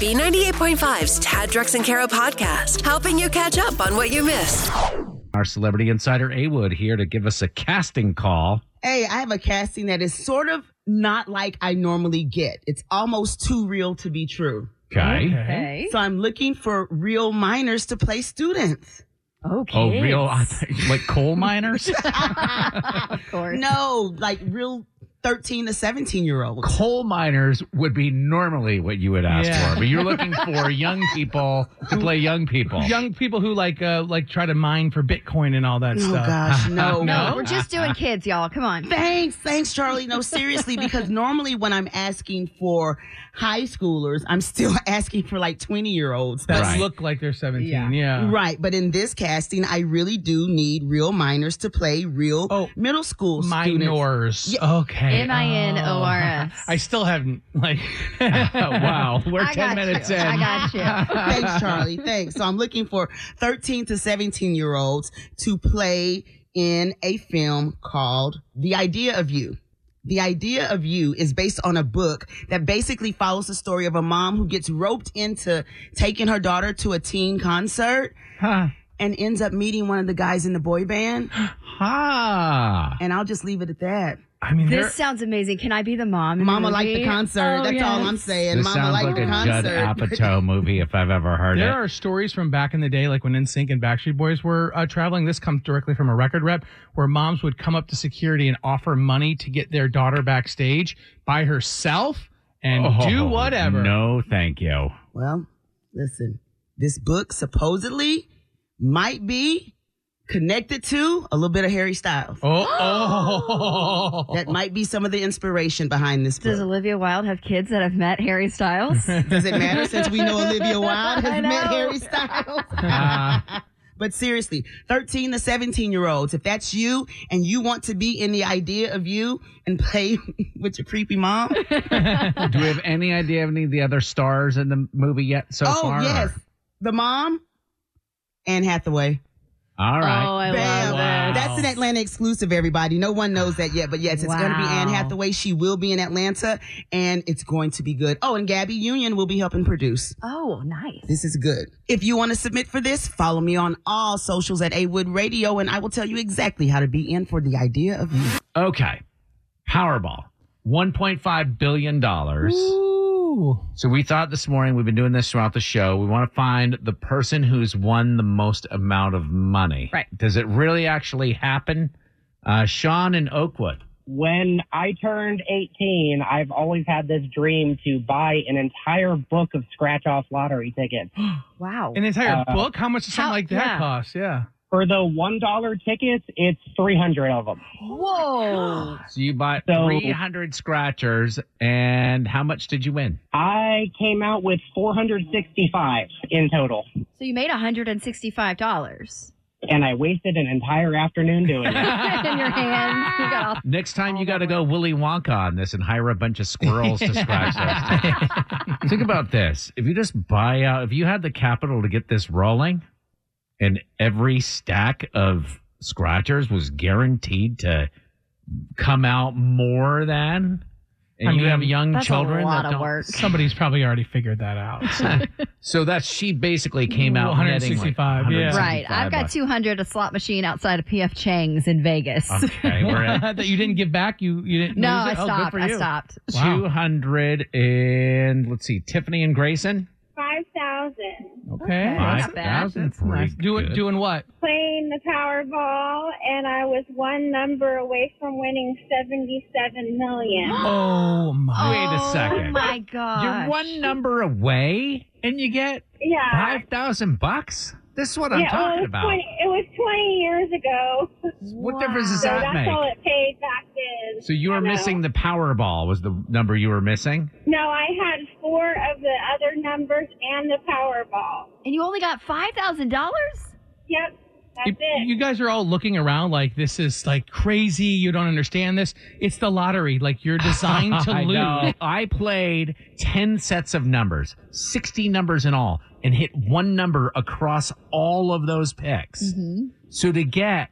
B98.5's Tad Drex and Caro podcast, helping you catch up on what you missed. Our celebrity insider A Wood here to give us a casting call. Hey, I have a casting that is sort of not like I normally get. It's almost too real to be true. Okay. Okay. So I'm looking for real minors to play students. Okay. Oh, real like coal miners? of course. No, like real 13 to 17 year olds. coal miners would be normally what you would ask Yeah. for, but you're looking for young people to play young people. young people who like uh like try to mine for Bitcoin and all that Oh stuff. gosh, no. No, we're just doing kids, y'all. Come on. Thanks, thanks, Charlie. No, seriously, because normally when I'm asking for high schoolers, I'm still asking for like 20 year olds. That Right. look like they're 17. Yeah. Mm, Yeah. Right, but in this casting, I really do need real minors to play real Oh, middle school students. Minors. Yeah. Okay. M-I-N-O-R-S. Oh. I still haven't like wow. We're I 10 got minutes you. in. I got you. Thanks, Charlie. Thanks. So I'm looking for 13 to 17 year olds to play in a film called The Idea of You. The Idea of You is based on a book that basically follows the story of a mom who gets roped into taking her daughter to a teen concert Huh. and ends up meeting one of the guys in the boy band. Ha. And I'll just leave it at that. I mean, This sounds amazing. Can I be the mom? in Mama the liked the movie? concert. Oh, That's all I'm yes. saying. this Mama sounds liked like the a Judd concert. Apatow movie if I've ever heard There it. are stories from back in the day, like when NSYNC and Backstreet Boys were uh, traveling. This comes directly from a record rep, where moms would come up to security and offer money to get their daughter backstage by herself and do Oh, whatever. No, thank you. Well, listen, this book supposedly might be connected to a little bit of Harry Styles. Oh, oh. That might be some of the inspiration behind this Does book. Olivia Wilde have kids that have met Harry Styles? Does it matter since we know Olivia Wilde I has know. met Harry Styles? Uh, but seriously, 13 to 17 year olds, if that's you and you want to be in the idea of you and play with your creepy mom, Do we have any idea of any of the other stars in the movie yet so oh, far? yes, the mom, Anne Hathaway. All right. Oh, I Bam. love Wow. that. That's an Atlanta exclusive, everybody. No one knows that yet, but yes, it's going to be Wow. Anne Hathaway. She will be in Atlanta, and it's going to be good. Oh, and Gabby Union will be helping produce. Oh, nice. This is good. If you want to submit for this, follow me on all socials at A Wood Radio, and I will tell you exactly how to be in for the idea of you. Okay. Powerball, $1.5 billion. Ooh. So we thought this morning, we've been doing this throughout the show. We want to find the person who's won the most amount of money. Right. Does it really actually happen? Uh, Sean in Oakwood. when I turned 18, I've always had this dream to buy an entire book of scratch off lottery tickets. Wow. An entire Uh, book? How much does something how- like that yeah. cost? Yeah. For the $1 tickets, it's 300 of them. Whoa. So you bought So- 300 scratchers, and how much did you win? I came out with 465 in total, So you made $165 and I wasted an entire afternoon doing in it. your hands. You got all- Next time you got to go Willy Wonka on this and hire a bunch of squirrels to scratch those. tickets. Think about this. If you just buy out, if you had the capital to get this rolling and every stack of scratchers was guaranteed to come out more than, and I you mean, have young that's children a lot that of don't. work. Somebody's probably already figured that out. So. So that's she basically came out netting like 165, yeah. 165 Right. I've got bucks. 200 a slot machine outside of PF Chang's in Vegas. Okay, we're at that you didn't give back? You, you didn't no, lose I it? Oh, good stopped. for I you. stopped. Wow. 200 and let's see, Tiffany and Grayson. Five thousand. Okay. Five That's- thousand, That's pretty nice. Do good. it, doing what? Playing the Powerball, and I was one number away from winning seventy-seven million. Oh, my. Wait a second. Oh my god. You're one number away and you get Yeah. 5,000 bucks? This is what I'm oh, yeah, well, talking it was about. 20, it was 20 years ago, so What difference does Wow. that that's make? all it paid back then. So you were know. missing the Powerball was the number you were missing? No, I had four of the other numbers and the Powerball. And you only got five thousand dollars? Yep, that's You, it. you guys are all looking around like this is like crazy. You don't understand this. It's the lottery. Like you're designed to I lose. know. I played 10 sets of numbers, 60 numbers in all, and hit one number across all of those picks. Mm-hmm. So to get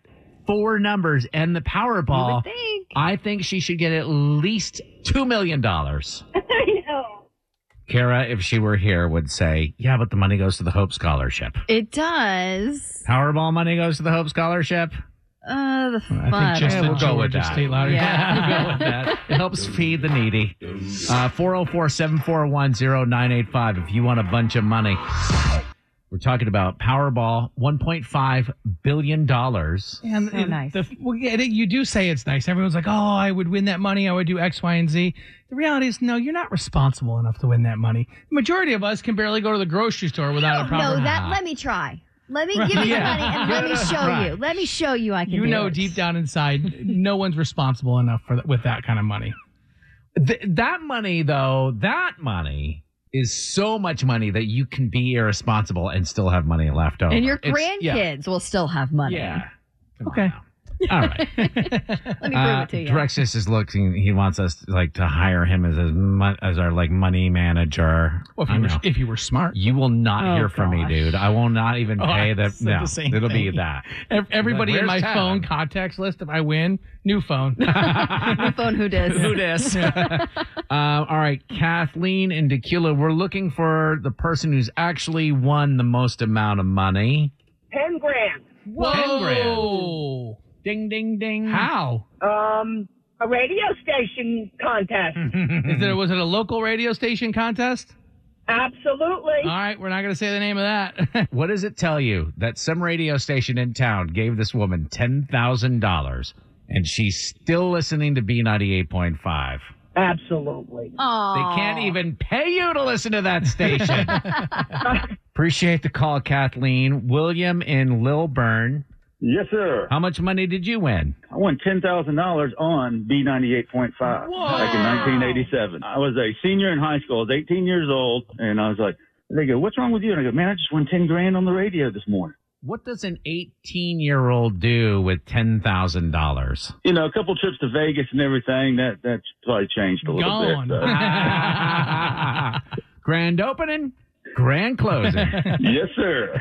four numbers and the I Powerball, would think. I think she should get at least $2 million. I know. Kara, if she were here, would say, Yeah, but the money goes to the Hope Scholarship. It does. Powerball money goes to the Hope Scholarship. Uh, the fun. I think just Yeah, the we'll go with Georgia that. State Lottery. Yeah. We'll go with that. It helps feed the needy. Uh, 404 741 0985 if you want a bunch of money. We're talking about Powerball, $1.5 billion. And So it- nice. the- well, yeah, it- you do say it's nice. Everyone's like, "Oh, I would win that money. I would do X, Y, and Z." The reality is, no, you're not responsible enough to win that money. The majority of us can barely go to the grocery store without a No, problem. that. Let me try. Let me give me the money and let me show Right. you. Let me show you I can. you do know it. deep down inside, no one's responsible enough for that with that kind of money. Th- that money, though, that money is so much money that you can be irresponsible and still have money left over. and your It's- grandkids will still have money. Yeah. Come on Okay. now. All right. Let me prove Uh, it to you. Drexus is looking. He wants us like to hire him as as, mon- as our like money manager. Well, if I you, were, know. if you were smart, You will not Oh, hear from gosh. me, dude. I will not even Oh, pay I the. said No, the same it'll be thing. that. Ev- everybody in my Where's phone Tyler? contacts list. If I win, new phone. New phone who dis. Who dis? um, all right, Kathleen and Tequila. We're looking for the person who's actually won the most amount of money. Ten grand. Whoa! Oh. Ding, ding, ding. How? Um, a radio station contest. Is it was it a local radio station contest? Absolutely. All right, we're not going to say the name of that. What does it tell you that some radio station in town gave this woman ten thousand dollars and she's still listening to B ninety eight point five? Absolutely. They Aw. can't even pay you to listen to that station. Appreciate the call, Kathleen. William in Lilburn. Yes, sir. How much money did you win? I won ten thousand dollars on B ninety eight point five back in nineteen eighty seven. I was a senior in high school. I was eighteen years old, and I was like, "They go, what's wrong with you?" And I go, "Man, I just won ten grand on the radio this morning." What does an eighteen year old do with ten thousand dollars? You know, a couple trips to Vegas and everything. That that's probably changed a little Gone. bit. uh, so. Grand opening, grand closing. yes, sir.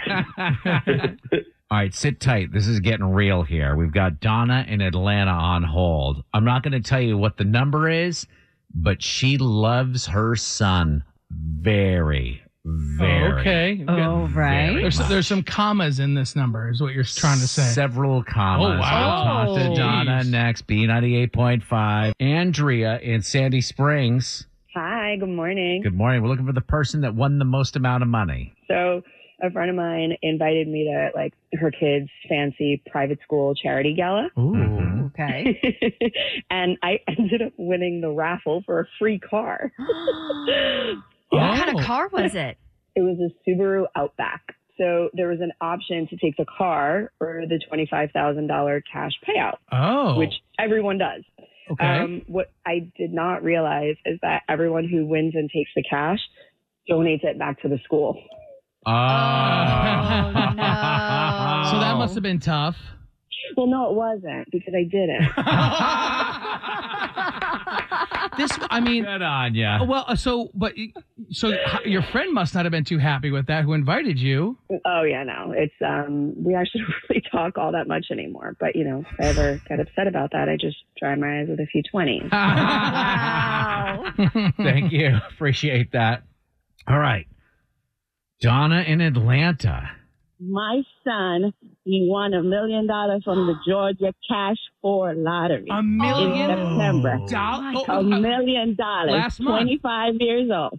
All right, sit tight. This is getting real here. We've got Donna in Atlanta on hold. I'm not going to tell you what the number is, but she loves her son very, very. okay. Oh, right. There's much. there's some commas in this number. Is what you're trying to say. Several commas. Oh, wow. We'll talk Oh. to Donna Jeez. next. B98.5. Andrea in Sandy Springs. Hi, good morning. Good morning. We're looking for the person that won the most amount of money. So, a friend of mine invited me to like her kids' fancy private school charity gala. Ooh. Mm-hmm. Mhm. Okay. and I ended up winning the raffle for a free car. What kind Oh. of car was it? It was a Subaru Outback. So, there was an option to take the car or the $25,000 cash payout, Oh. which everyone does. okay. Um, what I did not realize is that everyone who wins and takes the cash donates it back to the school. Oh, no. so that must have been tough. Well, no, it wasn't because I didn't. This, I mean, Good on ya. well, uh, so but y- so h- your friend must not have been too happy with that. Who invited you? Oh yeah, no. It's um we actually don't really talk all that much anymore. But you know, if I ever get upset about that, I just dry my eyes with a few twenties. Wow. Thank you. Appreciate that. All right. Donna in Atlanta. My son, he won a million dollars from the Georgia Cash for lottery. A million Oh. September. dollars. a million dollars. Last month. 25 years old.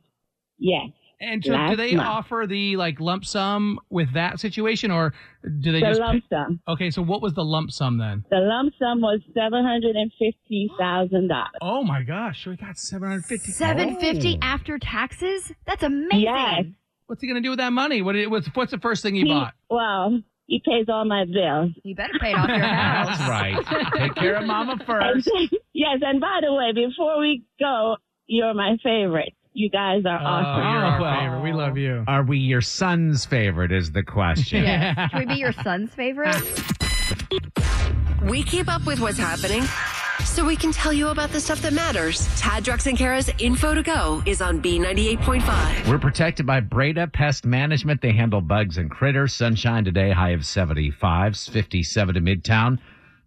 Yes. And so, do Last they month. offer the like lump sum with that situation, or do they The just? lump sum. okay, so what was the lump sum then? The lump sum was $750,000. Oh my gosh, so we got seven hundred fifty. Seven Oh. fifty after taxes? That's amazing. Yes. What's he gonna do with that money? What it was? What's the first thing he He- bought? Well, he pays all my bills. You better pay off your house. That's right. Take care of mama first. yes, and by the way, before we go, you're my favorite. You guys are awesome. Oh, You're our favorite. We love you. Are we your son's favorite? Is the question. Yes. Can we be your son's favorite? We keep up with what's happening so we can tell you about the stuff that matters. Tad, Drex, and Kara's info to go is on B98.5. We're protected by Breda Pest Management. They handle bugs and critters. Sunshine today, high of 75, 57 to Midtown.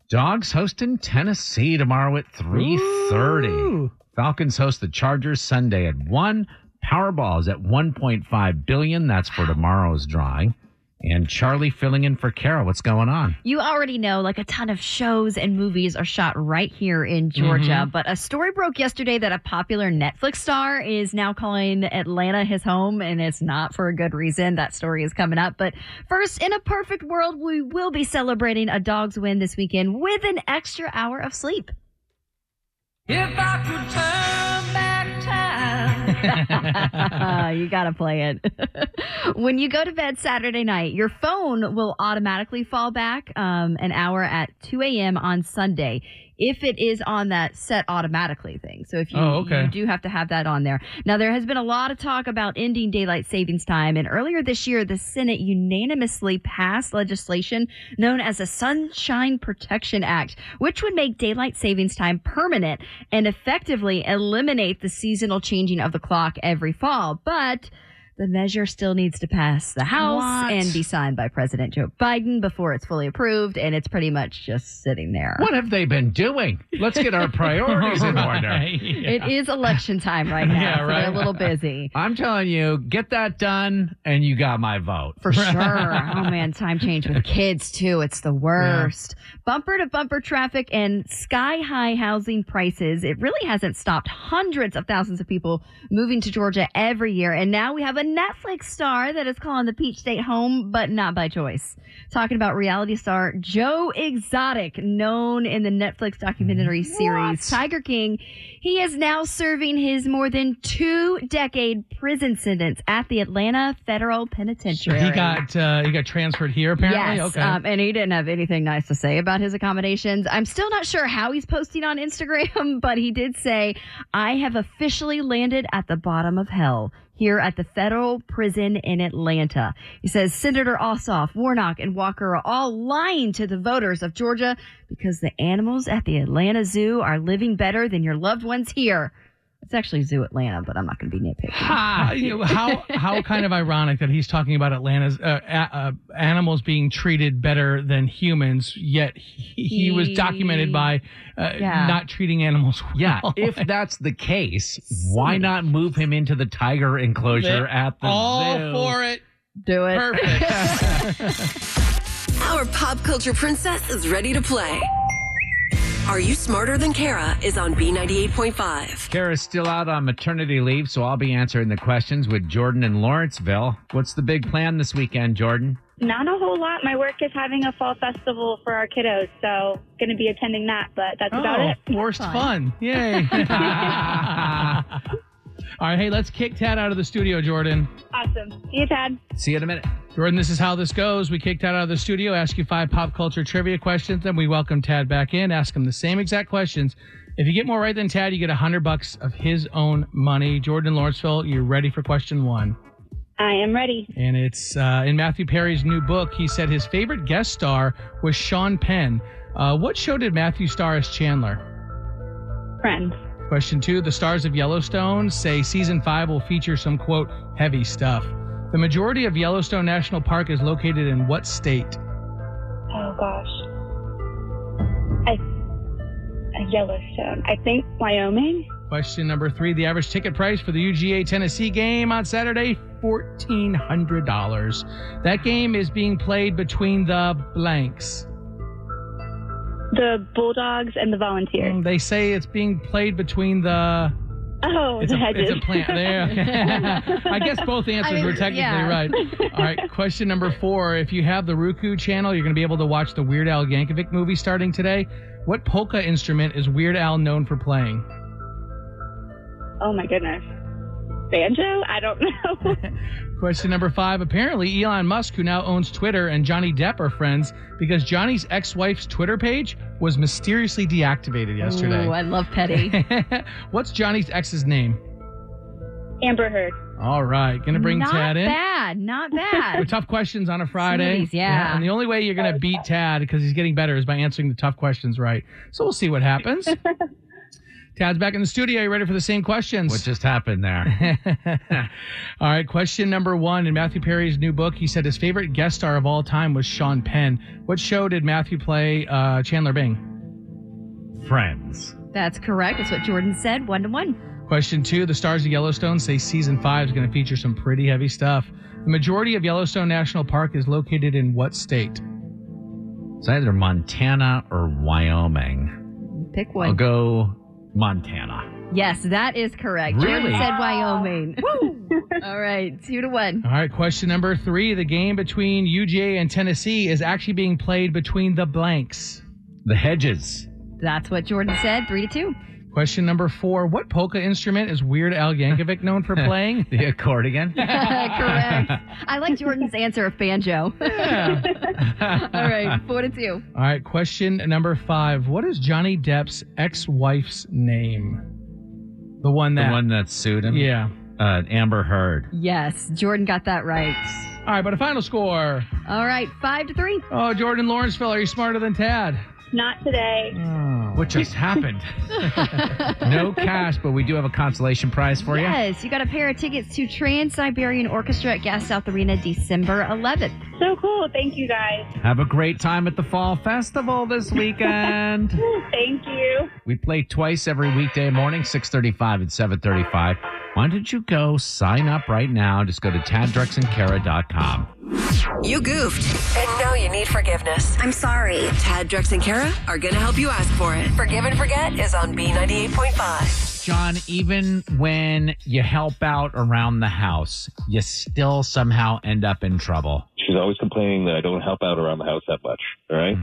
Dogs hosting Tennessee tomorrow at 3.30. Falcons host the Chargers Sunday at 1. Powerball is at 1.5 billion. That's for tomorrow's drawing. And Charlie filling in for Kara. What's going on? You already know, like a ton of shows and movies are shot right here in Georgia. Mhm. But a story broke yesterday that a popular Netflix star is now calling Atlanta his home, and it's not for a good reason. That story is coming up. But first, in a perfect world, we will be celebrating a dog's win this weekend with an extra hour of sleep. If I could turn back time. you gotta play it. when you go to bed Saturday night, your phone will automatically fall back um, an hour at 2 a.m. on Sunday if it is on that set automatically thing. So if you, Oh, okay. you do have to have that on there. Now, there has been a lot of talk about ending daylight savings time, and earlier this year, the Senate unanimously passed legislation known as the Sunshine Protection Act, which would make daylight savings time permanent and effectively eliminate the seasonal changing of the clock every fall. But the measure still needs to pass the House What? and be signed by President Joe Biden before it's fully approved, and it's pretty much just sitting there. What have they been doing? Let's get our priorities in order. It is election time right now. Yeah, so right. They're a little busy. I'm telling you, get that done, and you got my vote. For sure. oh man, time change with kids too. It's the worst. Bumper to bumper traffic and sky high housing prices. It really hasn't stopped hundreds of thousands of people moving to Georgia every year. And now we have a Netflix star that is calling the Peach State home, but not by choice. Talking about reality star Joe Exotic, known in the Netflix documentary series Tiger King. He is now serving his more than two decade prison sentence at the Atlanta Federal Penitentiary. He got uh, he got transferred here apparently. Yes, okay. um, and he didn't have anything nice to say about his accommodations. I'm still not sure how he's posting on Instagram, but he did say, "I have officially landed at the bottom of hell." Here at the federal prison in Atlanta. He says Senator Ossoff, Warnock, and Walker are all lying to the voters of Georgia because the animals at the Atlanta Zoo are living better than your loved ones here. It's actually Zoo Atlanta, but I'm not going to be nitpicking. Uh, you know, how how kind of ironic that he's talking about Atlanta's uh, a- uh, animals being treated better than humans, yet he, he was documented by uh, Yeah. not treating animals well. Yeah, if that's the case, why not move him into the tiger enclosure They're at the all zoo? for it. Do it. Our pop culture princess is ready to play. Are You Smarter Than Kara is on B98.5. Kara's still out on maternity leave, so I'll be answering the questions with Jordan in Lawrenceville. What's the big plan this weekend, Jordan? Not a whole lot. My work is having a fall festival for our kiddos, so going to be attending that. But that's about Oh, it. worst fun. Yay. All right, hey, let's kick Tad out of the studio, Jordan. Awesome. See you, Tad. See you in a minute. Jordan, this is how this goes. We kick Tad out of the studio, ask you five pop culture trivia questions, then we welcome Tad back in, ask him the same exact questions. If you get more right than Tad, you get a hundred bucks of his own money. Jordan Lawrenceville, you're ready for question one. I am ready. And it's uh, in Matthew Perry's new book. He said his favorite guest star was Sean Penn. Uh, what show did Matthew star as Chandler? Friends. Question two The stars of Yellowstone say season five will feature some, quote, heavy stuff. The majority of Yellowstone National Park is located in what state? Oh gosh. I a Yellowstone. I think Wyoming. Question number three The average ticket price for the UGA Tennessee game on Saturday, $1,400. That game is being played between the blanks. The Bulldogs and the Volunteers. Mm, They say it's being played between the. Oh, It's the a, hedges. it's a plant. There. I guess both answers I mean, were technically yeah. right. All right. Question number four. If you have the Roku channel, you're going to be able to watch the Weird Al Yankovic movie starting today. What polka instrument is Weird Al known for playing? oh my goodness. Banjo? I don't know. Question number five. Apparently, Elon Musk, who now owns Twitter, and Johnny Depp are friends because Johnny's ex wife's Twitter page was mysteriously deactivated yesterday. Ooh, I love petty. What's Johnny's ex's name? Amber Heard. All right, gonna bring not Tad in. bad, not bad. With tough questions on a Friday. Smoothies, yeah. And the only way you're going to beat Tad because he's getting better is by answering the tough questions right. So we'll see what happens. Tad's back in the studio. You ready for the same questions? What just happened there? all right. Question number one in Matthew Perry's new book, he said his favorite guest star of all time was Sean Penn. What show did Matthew play uh, Chandler Bing? Friends. That's correct. That's what Jordan said. One to one. Question two The stars of Yellowstone say season five is going to feature some pretty heavy stuff. The majority of Yellowstone National Park is located in what state? It's either Montana or Wyoming. Pick I'll Oh, one. go Montana. Yes, that is correct. Really? Jordan said Wyoming. Woo! All right, two to one. All right, question number three. The game between UGA and Tennessee is actually being played between the blanks. The hedges. That's what Jordan said. Three to two. Question number four. What polka instrument is Weird Al Yankovic known for playing? the accordion. correct. I like Jordan's answer of banjo. Yeah. All right, four to two. All right, question number five. What is Johnny Depp's ex wife's name? The one that. The one that sued him. Yeah. Uh, Amber Heard. Yes, Jordan got that right. All right, but a final score. All right, five to three. Oh, Jordan Lawrenceville, are you smarter than Tad? Not today. Oh. What just happened? no cash, but we do have a consolation prize for you. Yes, you got a pair of tickets to Trans Siberian Orchestra at Gas South Arena December 11th. So cool. Thank you guys. Have a great time at the Fall Festival this weekend. Thank you. we play twice every weekday morning, 635 and 735. Why don't you go sign up right now? Just go to taddrexandkara.com. You goofed. And now you need forgiveness. I'm sorry. Tad, Drex, and Kara are going to help you ask for it. Forgive and Forget is on B98.5. John, even when you help out around the house, you still somehow end up in trouble. She's always complaining that I don't help out around the house that much. All right?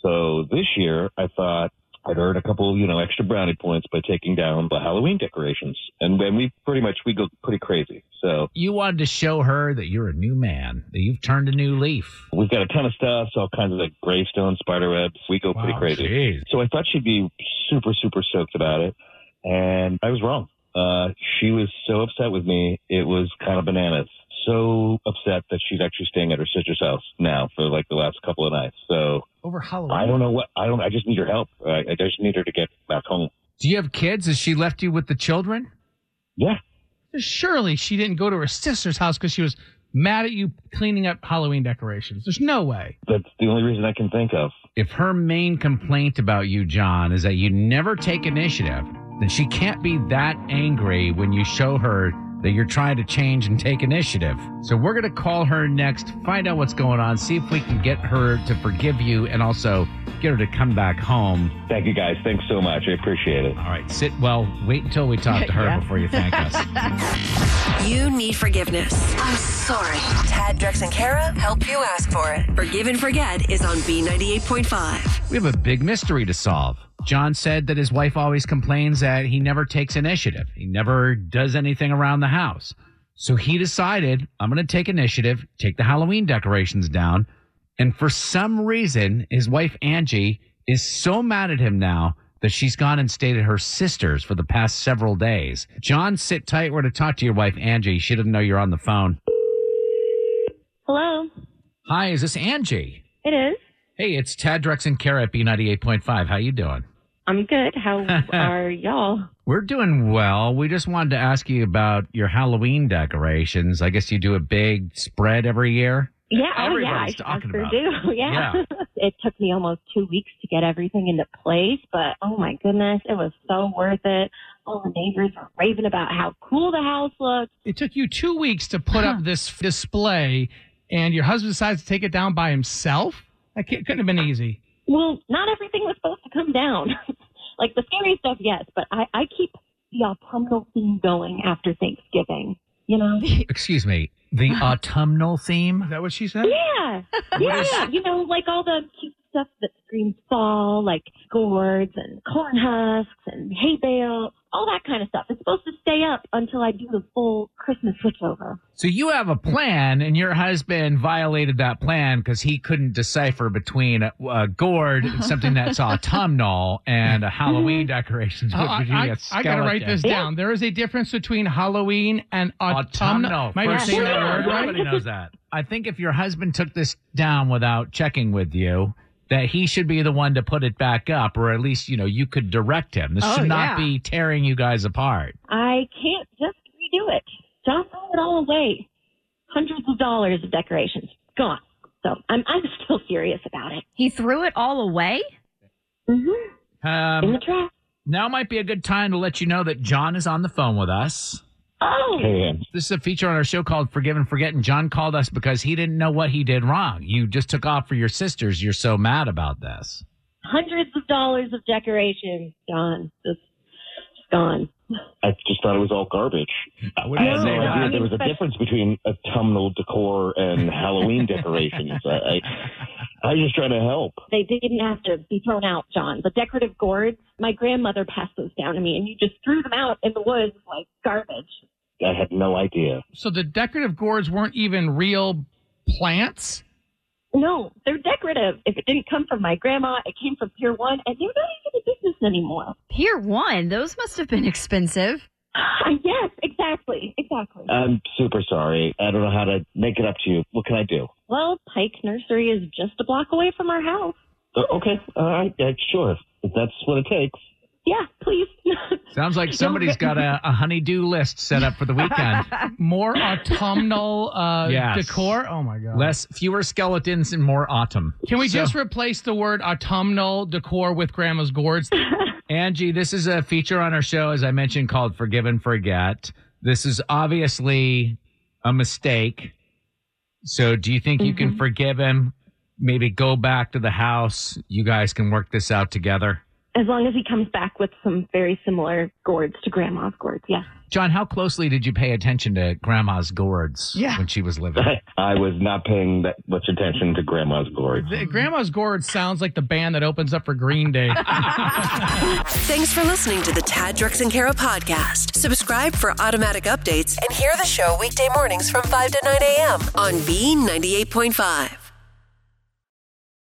So this year, I thought I'd earn a couple, you know, extra brownie points by taking down the Halloween decorations, and then we pretty much we go pretty crazy. So You wanted to show her that you're a new man, that you've turned a new leaf. we've got a ton of stuff, so all kinds of like gravestones, spider webs. We go pretty Wow, crazy. jeez. So I thought she'd be super, super stoked about it, and I was wrong. Uh, she was so upset with me; it was kind of bananas. So upset that she's actually staying at her sister's house now for like the last couple of nights. So Over Halloween. I don't know what I don't. I just need her help. I, I just need her to get back home. Do you have kids? Has she left you with the children? Yeah, Surely she didn't go to her sister's house because she was mad at you cleaning up Halloween decorations. There's no way. that's the only reason I can think of. If her main complaint about you, John, is that you never take initiative, then she can't be that angry when you show her that you're trying to change and take initiative. So we're going to call her next, find out what's going on, see if we can get her to forgive you and also get her to come back home. Thank you guys. Thanks so much. I appreciate it. All right, sit well, wait until we talk to her Yeah. before you thank us. You need forgiveness. I'm sorry. Tad, Drex, and Kara help you ask for it. Forgive and Forget is on B98.5. We have a big mystery to solve. John said that his wife always complains that he never takes initiative. He never does anything around the house. So he decided, I'm going to take initiative, take the Halloween decorations down. And for some reason, his wife, Angie, is so mad at him now that she's gone and stayed at her sister's for the past several days. John, sit tight. We're going to talk to your wife, Angie. She doesn't know you're on the phone. Hello. Hi, is this Angie? It is. Hey, it's Tad Drex and Kara at B98.5. How you doing? I'm good. How are y'all? We're doing well. We just wanted to ask you about your Halloween decorations. I guess you do a big spread every year. Yeah, oh yeah, I Everybody's sure talking about do. Yeah. it took me almost two weeks to get everything into place, but oh my goodness, it was so worth it. All the neighbors were raving about how cool the house looked. It took you two weeks to put up this f- display, and your husband decides to take it down by himself. That ca- couldn't have been easy. Well, not everything was supposed to come down. like the scary stuff, yes, but I, I keep the autumnal theme going after Thanksgiving. You know? Excuse me, the autumnal Is theme? that what she said? Yeah. Yeah. You know, like all the cute stuff that's screams fall, like gourds and corn husks and hay bale, all that kind of stuff. It's supposed to stay up until I do the full Christmas switchover. So you have a plan, and your husband violated that plan because he couldn't decipher between a, a gourd, something that's autumnal, and a Halloween Mm-hmm. decoration. Oh, I, I, I gotta write this down. There is a difference between Halloween and autumnal. Autumnal. Am I First saying thing that that word word, right? Everybody knows that. I think if your husband took this down without checking with you, that he should be the one to put it back up, or at least you know you could direct him. This Oh, should not yeah. be tearing you guys apart. I can't just redo it. Don't throw it all away. Hundreds of dollars of decorations gone. So I'm I'm still serious about it. He threw it all away? Um, In the trash. Now might be a good time to let you know that John is on the phone with us. Oh. This is a feature on our show called Forgive and Forget, and John called us because he didn't know what he did wrong. You just took off for your sisters. You're so mad about this. Hundreds of dollars of decorations gone. Just gone. I just thought it was all garbage. I wouldn't had no say that. idea there was a But- difference between autumnal decor and Halloween decorations. I, I, I was just trying to help. They didn't have to be thrown out, John. The decorative gourds, my grandmother passed those down to me, and you just threw them out in the woods like garbage. I had no idea. So the decorative gourds weren't even real plants. No, they're decorative. If it didn't come from my grandma, it came from Pier One, and they're not even a business anymore. Pier One, those must have been expensive. yes, exactly. Exactly. I'm super sorry. I don't know how to make it up to you. What can I do? Well, Pike Nursery is just a block away from our house. Uh, okay, all right, uh, sure. If that's what it takes. Yeah, please. Sounds like somebody's got a, a honeydew list set up for the weekend. More autumnal uh, Yes. decor. Oh my god. Less, fewer skeletons and more autumn. Can we So- just replace the word autumnal decor with grandma's gourds? Angie, this is a feature on our show, as I mentioned, called Forgive and Forget. This is obviously a mistake. So, do you think you can forgive him? Maybe go back to the house. You guys can work this out together. As long as he comes back with some very similar gourds to Grandma's gourds, yeah. John, how closely did you pay attention to Grandma's gourds when she was living? I was not paying that much attention to Grandma's glory. Mm-hmm. The- grandma's gourd sounds like the band that opens up for Green Day. Thanks for listening to the Tad Drex and Kara podcast. Subscribe for automatic updates and hear the show weekday mornings from 5 to 9 a.m. on B98.5.